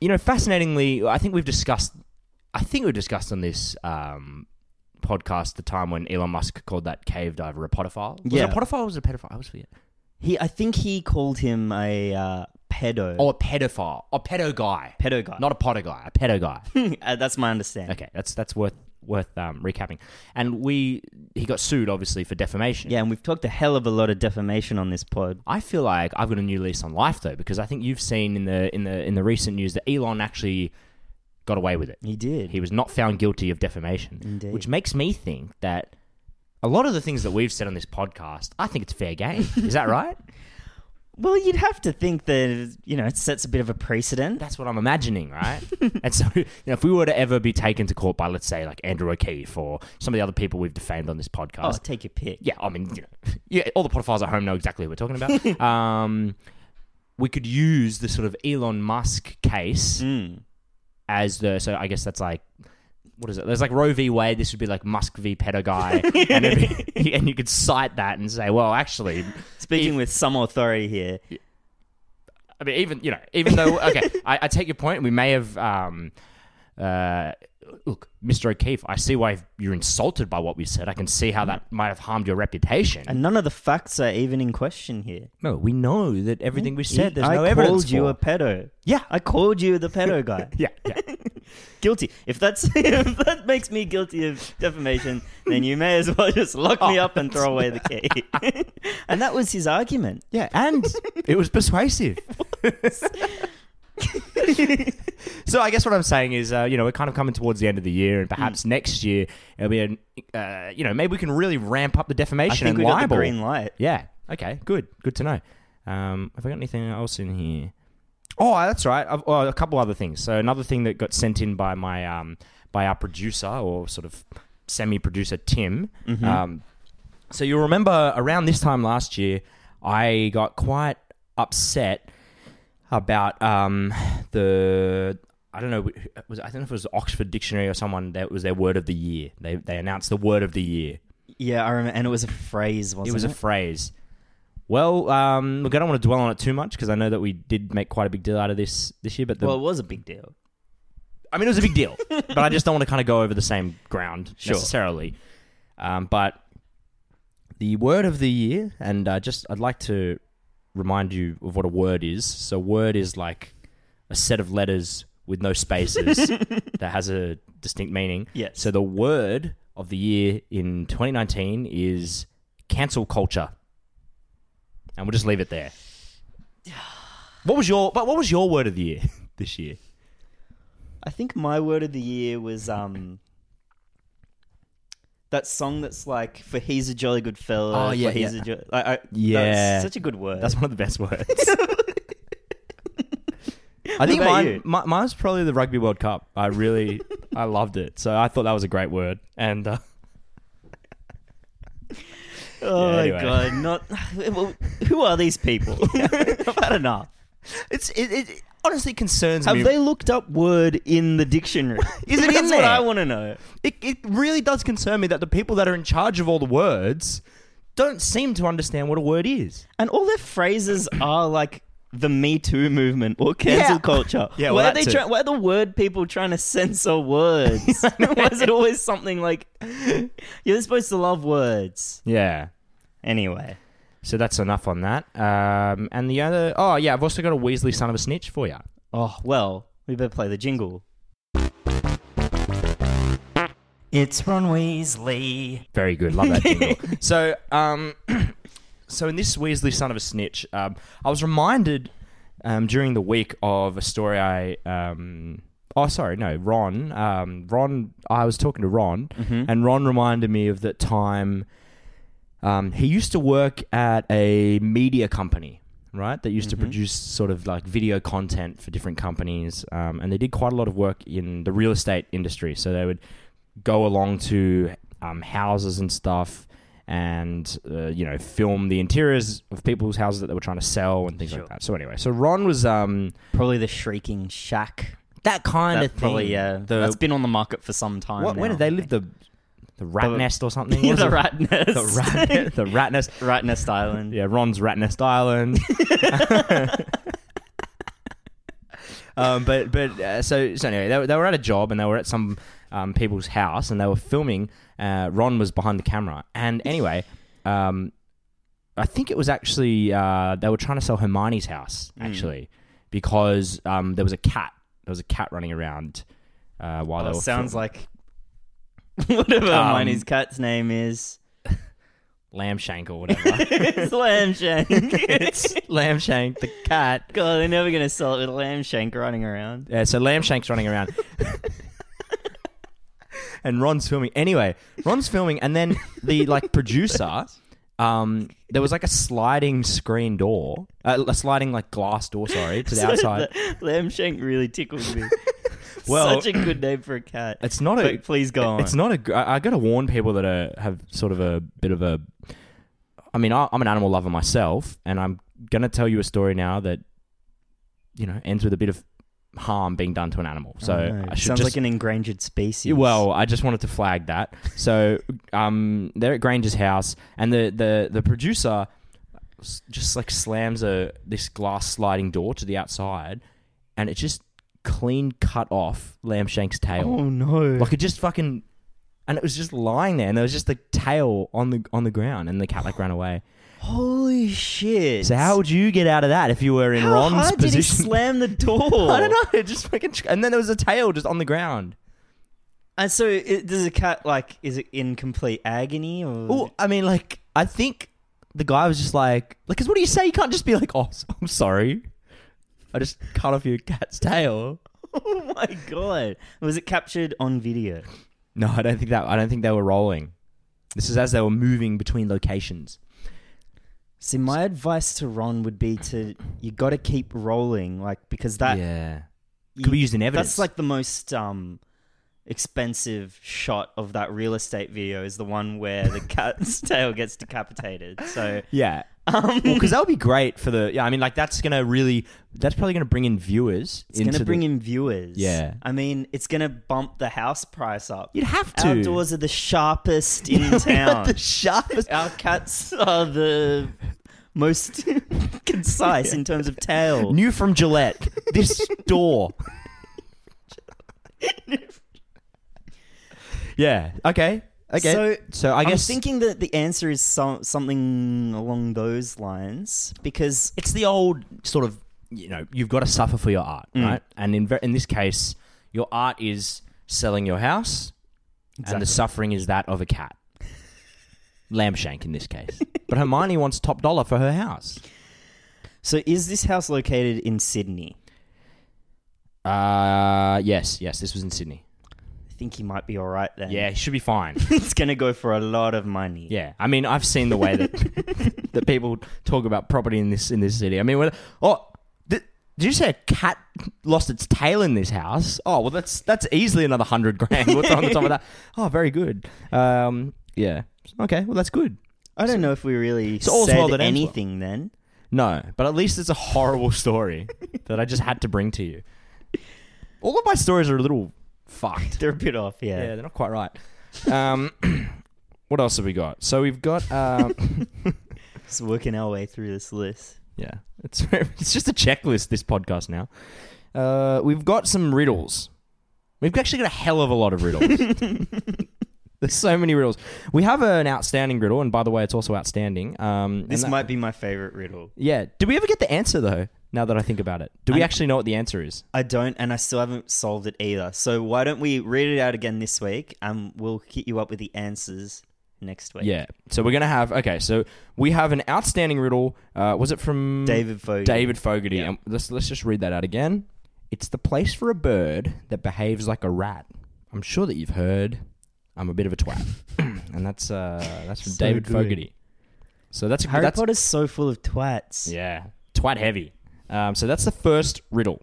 S4: you know, fascinatingly, I think we've discussed. I think we discussed on this um, podcast the time when Elon Musk called that cave diver a podophile. Was
S3: Yeah.
S4: it a podophile or was it a pedophile? I was forget.
S3: He, I think he called him a uh, pedo.
S4: Or a pedophile. Or pedo guy.
S3: pedo guy.
S4: Oh. Not a potter guy. A pedo guy.
S3: *laughs* uh, that's my understanding.
S4: okay, that's that's worth worth um, recapping. And we he got sued obviously for defamation.
S3: Yeah, and we've talked a hell of a lot of defamation on this pod.
S4: I feel like I've got a new lease on life though because I think you've seen in the in the in the recent news that Elon actually got away with it.
S3: He did.
S4: He was not found guilty of defamation,
S3: Indeed.
S4: which makes me think that a lot of the things that we've said on this podcast, I think it's fair game. Is
S3: *laughs*
S4: that right?
S3: well, you'd have to think that you know it sets a bit of a precedent.
S4: That's what I'm imagining, right? and so, you know, if we were to ever be taken to court by, let's say, like Andrew O'Keefe or some of the other people we've defamed on this
S3: Oh,
S4: podcast,
S3: take your pick.
S4: yeah, I mean, you know, *laughs* yeah, all the Potiphar's at home know exactly what we're talking
S3: *laughs*
S4: about. um, we could use the sort of Elon Musk case
S3: Mm.
S4: as the so I guess that's like what is it? There's like Roe v. Wade. This would be like Musk v. Pedo
S3: *laughs*
S4: guy, and, it'd be- *laughs* and you could cite that and say, well, actually,
S3: Speaking with some authority here,
S4: I mean, even you know, even
S3: *laughs*
S4: though okay, I, I take your point. We may have. Um, uh, look, Mr. O'Keefe, I see why you're insulted by what we said. I can see how that might have harmed your reputation.
S3: Mm. And none of the facts are even in question here.
S4: no, we know that everything we said, there's
S3: I
S4: no evidence.
S3: called you
S4: for.
S3: a pedo.
S4: Yeah. uh,
S3: I called you the pedo *laughs* guy.
S4: yeah, yeah.
S3: Guilty. If that's *laughs* if that makes me guilty of defamation, then you may as well just lock me up and throw away the key. Oh. *laughs* and that was his *laughs* argument.
S4: Yeah, and it was persuasive. so I guess what I'm saying is, uh, you know, we're kind of coming towards the end of the year, and
S3: Mm.
S4: perhaps next year it'll be, an, uh, you know, maybe we can really ramp up the
S3: I
S4: defamation
S3: think
S4: and
S3: we got the
S4: libel.
S3: green light.
S4: Yeah. Okay. Good. Good to know. Um, have I got anything else in here? Oh, that's right. I've, oh, a couple other things. So another thing that got sent in by my um, by our producer or sort of semi-producer Tim. Um, so you'll remember around this time last year, I got quite upset about um, the I don't know it was I don't know if it was the Oxford Dictionary or someone that was their word of the year. They they announced the word of the year.
S3: Yeah, I remember. And it was a phrase, wasn't it?
S4: It was a phrase. Well, um, look, I don't want to dwell on it too much because I know that we did make quite a big deal out of this this year. But the,
S3: well, it was a big deal.
S4: I mean, it was a big deal, but I just don't want to kind of go over the same ground necessarily. Um, but the word of the year, and uh, just I'd like to remind you of what a word is. So, word is like a set of letters with no spaces that has a distinct meaning.
S3: Yes.
S4: So, the word of the year in 2019 is cancel culture, and we'll just leave it there. What was your but what was your word of the year *laughs* this year?
S3: I think my word of the year was um that song that's like for he's a jolly good fellow.
S4: Oh, yeah,
S3: for he's
S4: yeah.
S3: a jo- I, I,
S4: Yeah.
S3: that's such a good word.
S4: That's one of the best words. *laughs* I think
S3: about
S4: mine,
S3: you?
S4: mi- mine's probably the Rugby World Cup. I really, I loved it. So I thought that was a great word. And uh,
S3: oh
S4: Yeah,
S3: my
S4: anyway.
S3: god, not well, who are these *laughs*
S4: *laughs*
S3: people? I've had enough.
S4: it's it, it, it honestly concerns
S3: Have
S4: me.
S3: they looked up word in the dictionary?
S4: *laughs* Is it in
S3: That's what
S4: there?
S3: I want to know.
S4: it, it really does concern me that the people that are in charge of all the words don't seem to understand what a word is.
S3: And all their
S4: *coughs*
S3: phrases are like the Me Too movement or cancel
S4: Yeah.
S3: culture.
S4: *laughs* Yeah, well,
S3: why are they
S4: that's it.
S3: try- why are the word people trying to censor
S4: *laughs*
S3: words? *laughs* why is it always something like *laughs* you're supposed to love words?
S4: Yeah.
S3: Anyway,
S4: So that's enough on that. Um, and the other, oh yeah, I've also got a Weasley son of a snitch for you.
S3: oh well, we better play the jingle. It's Ron Weasley.
S4: Very good. Love that jingle. so, um, *clears throat* so in this Weasley son of a snitch, um, I was reminded um, during the week of a story I. Um, oh, sorry, no, Ron. Um, Ron. I was talking to Ron, and Ron reminded me of that time. Um, he used to work at a media company, right? That used
S3: Mm-hmm.
S4: to produce sort of like video content for different companies, um, and they did quite a lot of work in the real estate industry. So they would go along to um, houses and stuff, and uh, you know, film the interiors of people's houses that they were trying to sell and things
S3: Sure.
S4: like that. So anyway, so Ron was um,
S3: Probably the shrieking shack.
S4: that kind
S3: That
S4: of
S3: probably yeah.
S4: The,
S3: that's been on the market for some time.
S4: what, where
S3: now,
S4: did they
S3: I
S4: live?
S3: think.
S4: The the rat
S3: The-
S4: nest or something?
S3: *laughs* yeah,
S4: What is
S3: *laughs* the
S4: it?
S3: rat nest.
S4: The
S3: *laughs*
S4: rat, *laughs* the rat nest.
S3: rat nest island.
S4: Yeah, Ron's Rat
S3: *laughs*
S4: Nest Island. um, but but uh, so so anyway, they, were- they were at a job and they were at some um, people's house and they were filming. Uh, Ron was behind the camera, and anyway, um, I think it was actually uh, they were trying to sell Hermione's house
S3: Hmm.
S4: actually because um, there was a cat. There was a cat running around uh, while they
S3: Oh,
S4: were.
S3: sounds
S4: filming.
S3: like *laughs* whatever
S4: Um,
S3: Hermione's cat's name
S4: *laughs*
S3: is.
S4: lamb shank or whatever.
S3: *laughs*
S4: *laughs*
S3: It's lamb shank.
S4: it's lamb shank the cat.
S3: God, they're never gonna sell it with lamb shank running
S4: *laughs*
S3: around.
S4: Yeah, Uh, so Lamb Shank's running around. and Ron's filming. Anyway, Ron's filming and then the like producer um there was like a sliding screen door, uh, a sliding like glass door, sorry,
S3: *laughs*
S4: to the outside.
S3: lamb shank really tickled me.
S4: *laughs* Well-
S3: such a good name for a cat.
S4: It's not a
S3: But please go on.
S4: It's not a gr- I, I got to warn people that are, have sort of a bit of a I mean, I, I'm an animal lover myself and I'm going to tell you a story now that you know, ends with a bit of harm being done to an animal. So I should
S3: sounds
S4: just
S3: like an endangered species.
S4: Well, I just wanted to flag that. So um, they're at Granger's house, and the the the producer s- just like slams a this glass sliding door to the outside, and it just clean cut off Lambshank's
S3: Oh,
S4: tail.
S3: no!
S4: Like it just fucking, and it was just lying there, and there was just the tail on the on the ground, and the cat like ran away.
S3: holy shit!
S4: So how would you get out of that if you were in
S3: How
S4: Ron's
S3: hard did he
S4: position?
S3: slam the door?
S4: *laughs* I don't know. *laughs* It just fucking, and then there was a tail just on the ground.
S3: And Uh, so it, does the cat like is it in complete agony or?
S4: Well, I mean, like, I think the guy was just like, like, cause what do you say? You can't just be like, oh, *laughs* s- I'm sorry. I just cut off your cat's tail.
S3: *laughs* oh my god! Was it captured on video?
S4: No, I don't think that. I don't think they were rolling. This is as they were moving between locations.
S3: See, my advice to Ron would be to you got to keep rolling, like because that
S4: yeah,
S3: you-
S4: could be used in evidence.
S3: That's like the most um, expensive shot of that real estate video is the one where the cat's *laughs* tail gets decapitated. So *clears throat*
S4: yeah,
S3: um,
S4: because that would be great for the. Yeah, I mean, like that's gonna really. That's probably gonna bring in viewers.
S3: it's going to bring in viewers.
S4: Yeah.
S3: I mean, it's going to bump the house price up.
S4: You'd have to.
S3: Our doors are the sharpest
S4: *laughs*
S3: in town.
S4: the sharpest.
S3: Our cats are the most *laughs* concise in terms of tail.
S4: New from Gillette. *laughs* This door. yeah. Okay. Okay. So,
S3: So,
S4: I
S3: I'm
S4: guess
S3: thinking that the answer is some, something along those lines because
S4: it's the old sort of you know you've got to suffer for your art, right? And in ver- in this case, your art is selling your house, and the suffering is that of a cat. Lambshank in this case, *laughs* but Hermione wants top dollar for her house.
S3: So is this house located in Sydney?
S4: Uh yes, yes. This was in Sydney.
S3: I think he might be all right then.
S4: Yeah, should be fine.
S3: *laughs* it's going to go for a lot of money.
S4: Yeah, I mean, I've seen the way that that people talk about property in this in this city. I mean, when, oh, did, did you say a cat lost its tail in this house? Oh, well, that's that's easily another hundred grand. What's on the top of that? Oh, very good. Um, yeah. Okay, well, that's good.
S3: I don't know if we really
S4: all's
S3: said
S4: well that ends well.
S3: anything then.
S4: No, but at least it's a horrible story that I just had to bring to you. All of my stories are a little
S3: *laughs*
S4: fucked.
S3: They're a bit off, yeah.
S4: Yeah, they're not quite right. Um, *clears throat* what else have we got? So we've got. Um,
S3: Just working our way through this list.
S4: Yeah, it's *laughs* it's just a checklist. This podcast now. Uh, we've got some riddles. We've actually got a hell of a lot
S3: *laughs*
S4: of riddles. *laughs* There's so many riddles. We have an outstanding riddle, and by the way, it's also outstanding. Um, and
S3: This
S4: that-
S3: might be my favorite riddle.
S4: Yeah. Did we ever get the answer though? Now that I think about it, do we
S3: I-
S4: actually know what the answer is?
S3: I don't, and I still haven't solved it either. So why don't we read it out again this week, and we'll hit you up with the answers next week.
S4: Yeah. So we're gonna have okay. So we have an outstanding riddle. Uh, was it from
S3: David Fogarty.
S4: David Fogarty. And let's let's just read that out again. It's the place for a bird that behaves like a rat. I'm sure that you've heard. I'm a bit of
S3: *coughs*
S4: a twat, and that's uh that's from
S3: So
S4: David
S3: good.
S4: Fogarty. So that's
S3: Harry
S4: that's
S3: Potter's so full of twats.
S4: yeah twat heavy. Um, so that's the first riddle.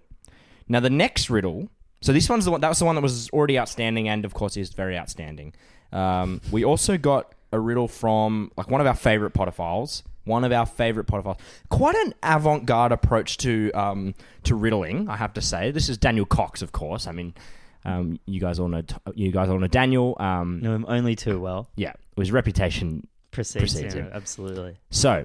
S4: Now the next riddle. So this one's the one that was the one that was already outstanding, and of course is very outstanding. Um, we also got a riddle from like one of our favorite Potterfiles, one of our favorite Potterfiles. Quite an avant-garde approach to um, to riddling, I have to say. This is Daniel Cox, of course. I mean, um, you guys all know you guys all know Daniel. Um,
S3: No, I'm only too well.
S4: Yeah, his reputation
S3: Proceeds,
S4: Proceeds,
S3: yeah,
S4: yeah.
S3: absolutely.
S4: so,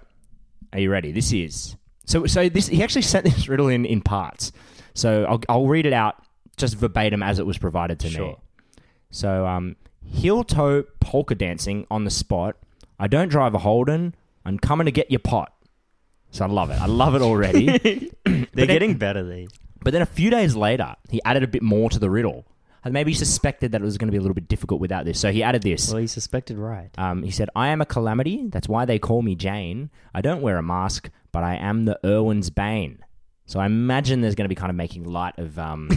S4: are you ready? This is so. So this he actually sent this riddle in in parts. So I'll I'll read it out just verbatim as it was provided to me.
S3: Sure.
S4: So um, heel toe polka dancing on the spot. I don't drive a Holden. I'm coming to get your pot. So I love it. I love it already.
S3: They're
S4: it-
S3: getting better these.
S4: But then a few days later, he added a bit more to the riddle. And maybe he suspected that it was going to be a little bit difficult without this. So he added this.
S3: Well, you suspected right.
S4: Um, he said, I am a calamity. That's why they call me Jane. I don't wear a mask, but I am the Irwin's Bane. So I imagine there's going to be kind of making light of um,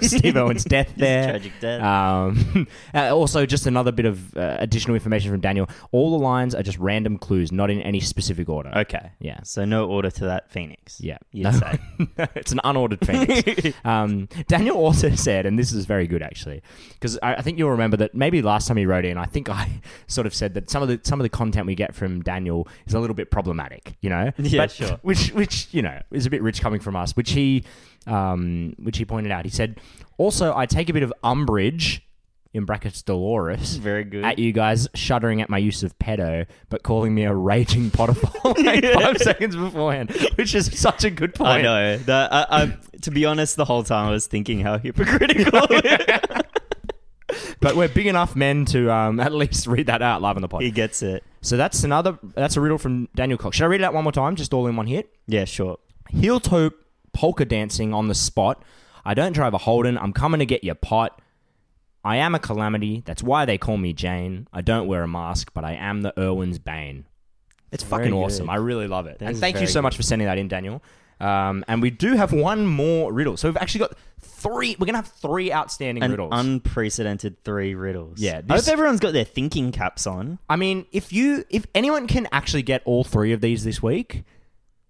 S4: Steve Irwin's death there.
S3: tragic death.
S4: Um, *laughs* uh, also, just another bit of uh, additional information from Daniel. All the lines are just random clues, not in any specific order.
S3: Okay.
S4: Yeah.
S3: So no order to that Phoenix.
S4: Ah, Yeah.
S3: You'd
S4: No. *laughs*
S3: say.
S4: it's an unordered phoenix.
S3: *laughs*
S4: um, Daniel also said, and this is very good actually, because I, I think you'll remember that maybe last time he wrote in, I think I *laughs* sort of said that some of the some of the content we get from Daniel is a little bit problematic, you know.
S3: Yeah, sure.
S4: *laughs* Which which you know is a bit rich coming from us. Which he um, which he pointed out. He said, also I take a bit of umbrage. in brackets
S3: *laughs*
S4: Dolores
S3: Very good.
S4: at you guys, shuddering at my use of pedo, but calling me a
S3: *laughs*
S4: raging potophile like *laughs* five seconds beforehand, which is such a good point.
S3: I know. That, I, I, to be honest, the whole time I was thinking how
S4: *laughs*
S3: hypocritical.
S4: But we're big enough men to um, *laughs* at least read that out live on the pod.
S3: he gets it.
S4: So that's another. That's a riddle from Daniel Cox. Should I read it out one more time, just all in one hit?
S3: Yeah, sure.
S4: Heel toe polka dancing on the spot. I don't drive a Holden. I'm coming to get your pot. I am a calamity. That's why they call me Jane. I don't wear a mask, but I am the Irwin's bane. It's fucking
S7: good.
S4: awesome. I really love it.
S7: That
S4: and
S7: is
S4: thank you
S7: very
S4: so much for sending that in, Daniel. Um, and we do have one more riddle. So we've actually got three. We're gonna have three outstanding
S3: An
S4: riddles.
S3: unprecedented three riddles.
S4: Yeah,
S3: I
S4: this-
S3: hope everyone's got their thinking caps
S4: *laughs*
S3: on. *laughs*
S4: I mean, if you if anyone can actually get all three of these this week,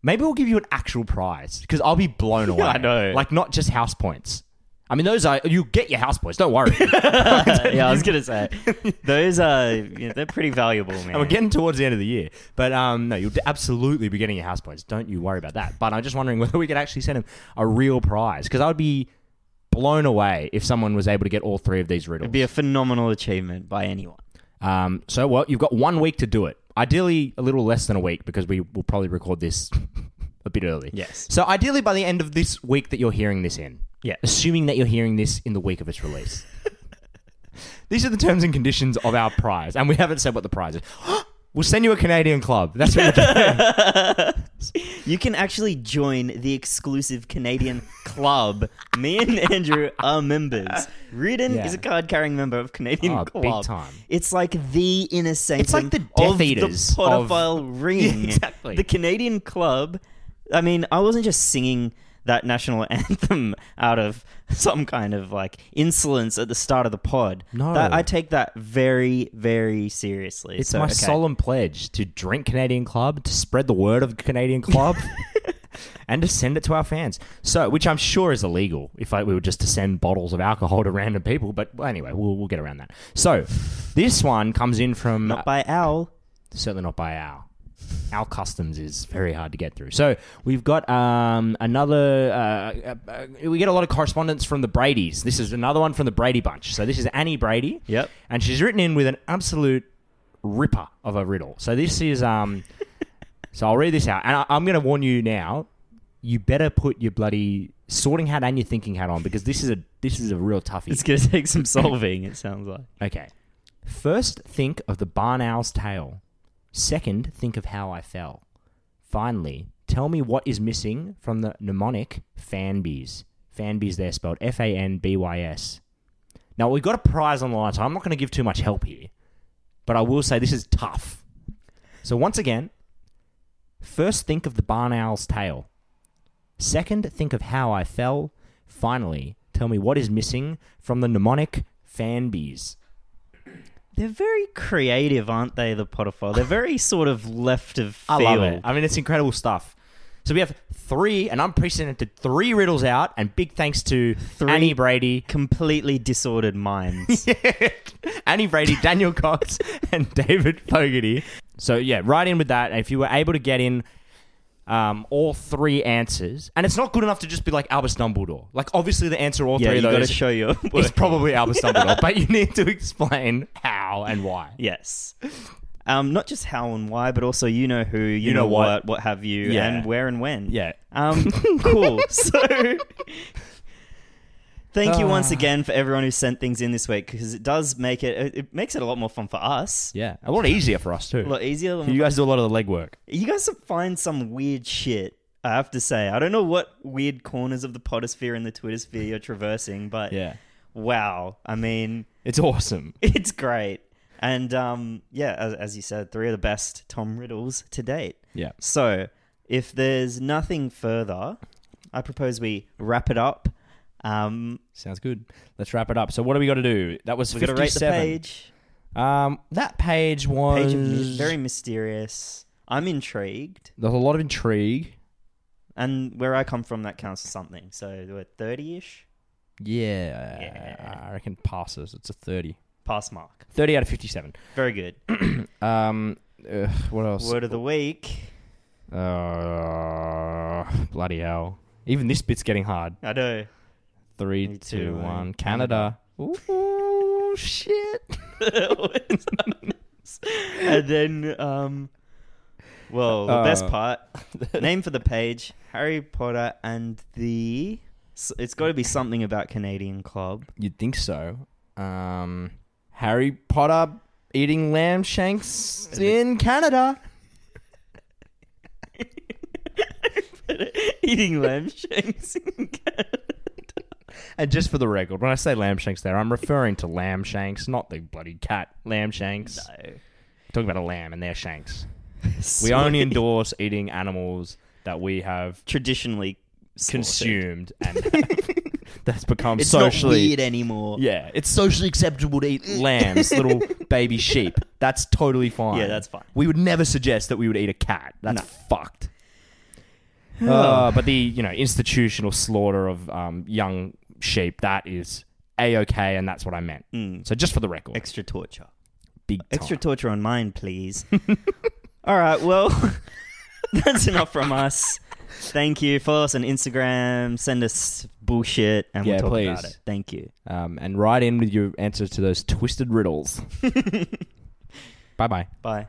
S4: maybe we'll give you an actual prize because I'll
S3: *laughs*
S4: be blown away.
S3: I know.
S4: like not just house points. I mean, those are you get your house points. Don't worry. and
S3: *laughs* yeah, I was gonna say those are yeah, they're pretty valuable, man.
S4: we're getting towards the end of the year, but um, no, you'll absolutely be getting your house points. Don't you worry about that. But I'm just wondering *laughs* whether we could actually send him a real prize because I would be blown away if someone was able to get all three of these riddles.
S3: It'd be a phenomenal achievement by anyone.
S4: Um, so, well, you've got one week to do it. Ideally, a little less than a week because we will probably record this *laughs* a bit early.
S3: Yes.
S4: So, ideally, by the end of this week that you're hearing this in.
S3: Yeah.
S4: Assuming that you're hearing this in the week of its release. These are the terms and conditions of our prize, and we haven't said what the prize is. *gasps* we'll send you a Canadian club. That's what we'll do.
S3: You can actually join the exclusive
S4: *laughs*
S3: Canadian club. Me and Andrew are members. Reardon
S4: Yeah.
S3: is a card-carrying member of Canadian
S4: Oh,
S3: club.
S4: big time.
S3: It's like the inner sanctum.
S4: like the Death
S3: of
S4: Eaters
S3: the
S4: of-
S3: pedophile ring.
S4: *laughs* Yeah, exactly.
S3: The Canadian club. I mean, I wasn't just singing that national *laughs* anthem out of some kind of like insolence at the start of the pod.
S4: No.
S3: That- I take that very, very seriously.
S4: It's
S3: So,
S4: my
S3: okay.
S4: solemn pledge to drink Canadian Club, to spread the word of Canadian
S3: *laughs*
S4: Club, and to send it to our fans. So, which I'm sure is illegal if I, we were just to send bottles of alcohol to random people. But well, anyway, we'll, we'll get around that. So, this one comes in from
S3: Not by owl.
S4: certainly not by our our customs is very hard to get through. So we've got um, another. Uh, uh, uh, we get a lot of correspondence from the Brady's. This is another one from the Brady bunch. So this is Annie Brady.
S3: Yep.
S4: And she's written in with an absolute ripper of a riddle. So this is. Um, so I'll read this out, and I, I'm going to warn you now. You better put your bloody sorting hat and your thinking hat on because this is a this is a real toughie.
S3: It's gonna take some solving. It sounds like.
S4: Okay. First, think of the barn owl's tail. Second, think of how I fell. Finally, tell me what is missing from the mnemonic fanbies. Fanbies, they're spelled F A N B Y S. Now, we've got a prize on the line, so I'm not going to give too much help here. But I will say this is tough. So, once again, first think of the barn owl's tail. Second, think of how I fell. Finally, tell me what is missing from the mnemonic fanbies.
S3: They're very creative, aren't they? The Potiphar. They're very sort of left of
S4: I
S3: field.
S4: love it. I mean, it's incredible stuff. So we have three, an unprecedented three riddles out, and big thanks to Annie Brady, *laughs*
S3: Completely disordered minds.
S4: Annie Brady, Daniel *laughs* Cox, and David Fogarty. So yeah, right in with that. And if you were able to get in um, all three answers, and it's not good enough to just be like Albus Dumbledore. Like obviously the answer to all
S3: yeah,
S4: three
S3: you
S4: of
S3: got to
S4: those
S3: show your
S4: *laughs* is
S3: work.
S4: probably Albus Dumbledore, but you need to explain how and why.
S3: *laughs* yes. Um, not just how and why, but also you know who, you,
S4: know
S3: know,
S4: what.
S3: what, what, have you,
S4: Yeah.
S3: and where and when.
S4: Yeah. *laughs*
S3: Um, cool. So, thank you once
S4: Ah.
S3: again for everyone who sent things in this week because it does make it it- it makes it a lot more fun for us.
S4: Yeah, a lot easier for us too.
S3: A lot easier. When
S4: you guys do a lot of the legwork.
S3: You guys find some weird shit. I have to say, I don't know what weird corners of the potosphere and the twittersphere you're traversing, but
S4: Yeah,
S3: wow. I mean, *laughs*
S4: it's awesome.
S3: it's great. And um, yeah, as, as you said, three of the best Tom Riddles to date.
S4: Yeah.
S3: So, if there's nothing further, I propose we wrap it up. Um,
S4: Sounds good. Let's wrap it up. So what do we got to do? That was
S3: we're going to rate the
S4: 57.
S3: page.
S4: Um, that page was
S3: Page of mys- very mysterious. I'm intrigued.
S4: there's a lot of intrigue.
S3: And where I come from, that counts for something. So, we're 30 ish,
S4: Yeah,
S3: Yeah.
S4: I reckon passes. It's a 30.
S3: pass mark.
S4: 30 out of 57.
S3: Very good.
S4: *clears throat* Um, ugh, what else?
S3: Word of the week.
S4: Uh, bloody hell. Even *laughs* this bit's getting hard.
S3: I know.
S4: Three,
S3: Me
S4: two,
S3: too, eh?
S4: one. Canada. Ooh,
S7: shit.
S4: *laughs*
S3: and then, um, well, the best
S7: Uh.
S3: part name for the page Harry Potter and the. s- It's got to be something about Canadian
S4: *laughs*
S3: Club.
S7: You'd think so. Um, Harry Potter eating lamb shanks in Canada.
S3: Eating lamb shanks.
S4: And just for the record, when I say lamb shanks there, I'm referring to lamb shanks, not the bloody cat. Lamb shanks. Talking about a lamb and their shanks. We only endorse eating animals that we have
S3: traditionally slaughtered.
S4: consumed
S3: *laughs*
S4: and that's become
S3: It's
S4: socially
S3: not weird anymore.
S4: Yeah, it's socially acceptable to eat
S3: *laughs*
S4: lambs, little baby sheep. That's totally fine.
S3: Yeah, that's fine.
S4: We would never suggest that we would eat a cat. That's
S3: *sighs*
S4: fucked.
S7: Oh.
S4: Uh, but the you know institutional slaughter of um, young sheep that is a okay, and that's what I meant.
S3: Mm.
S4: So just for the record,
S3: Extra torture.
S4: big time.
S3: Extra torture on mine, please. *laughs* All right, well, *laughs* that's enough from us. Thank you. Follow us on Instagram. Send us bullshit, and
S7: Yeah,
S3: we'll talk about
S7: please.
S3: it. Thank you.
S7: Um, and
S3: *laughs*
S7: write in with your answers to those twisted riddles. bye bye.
S3: Bye.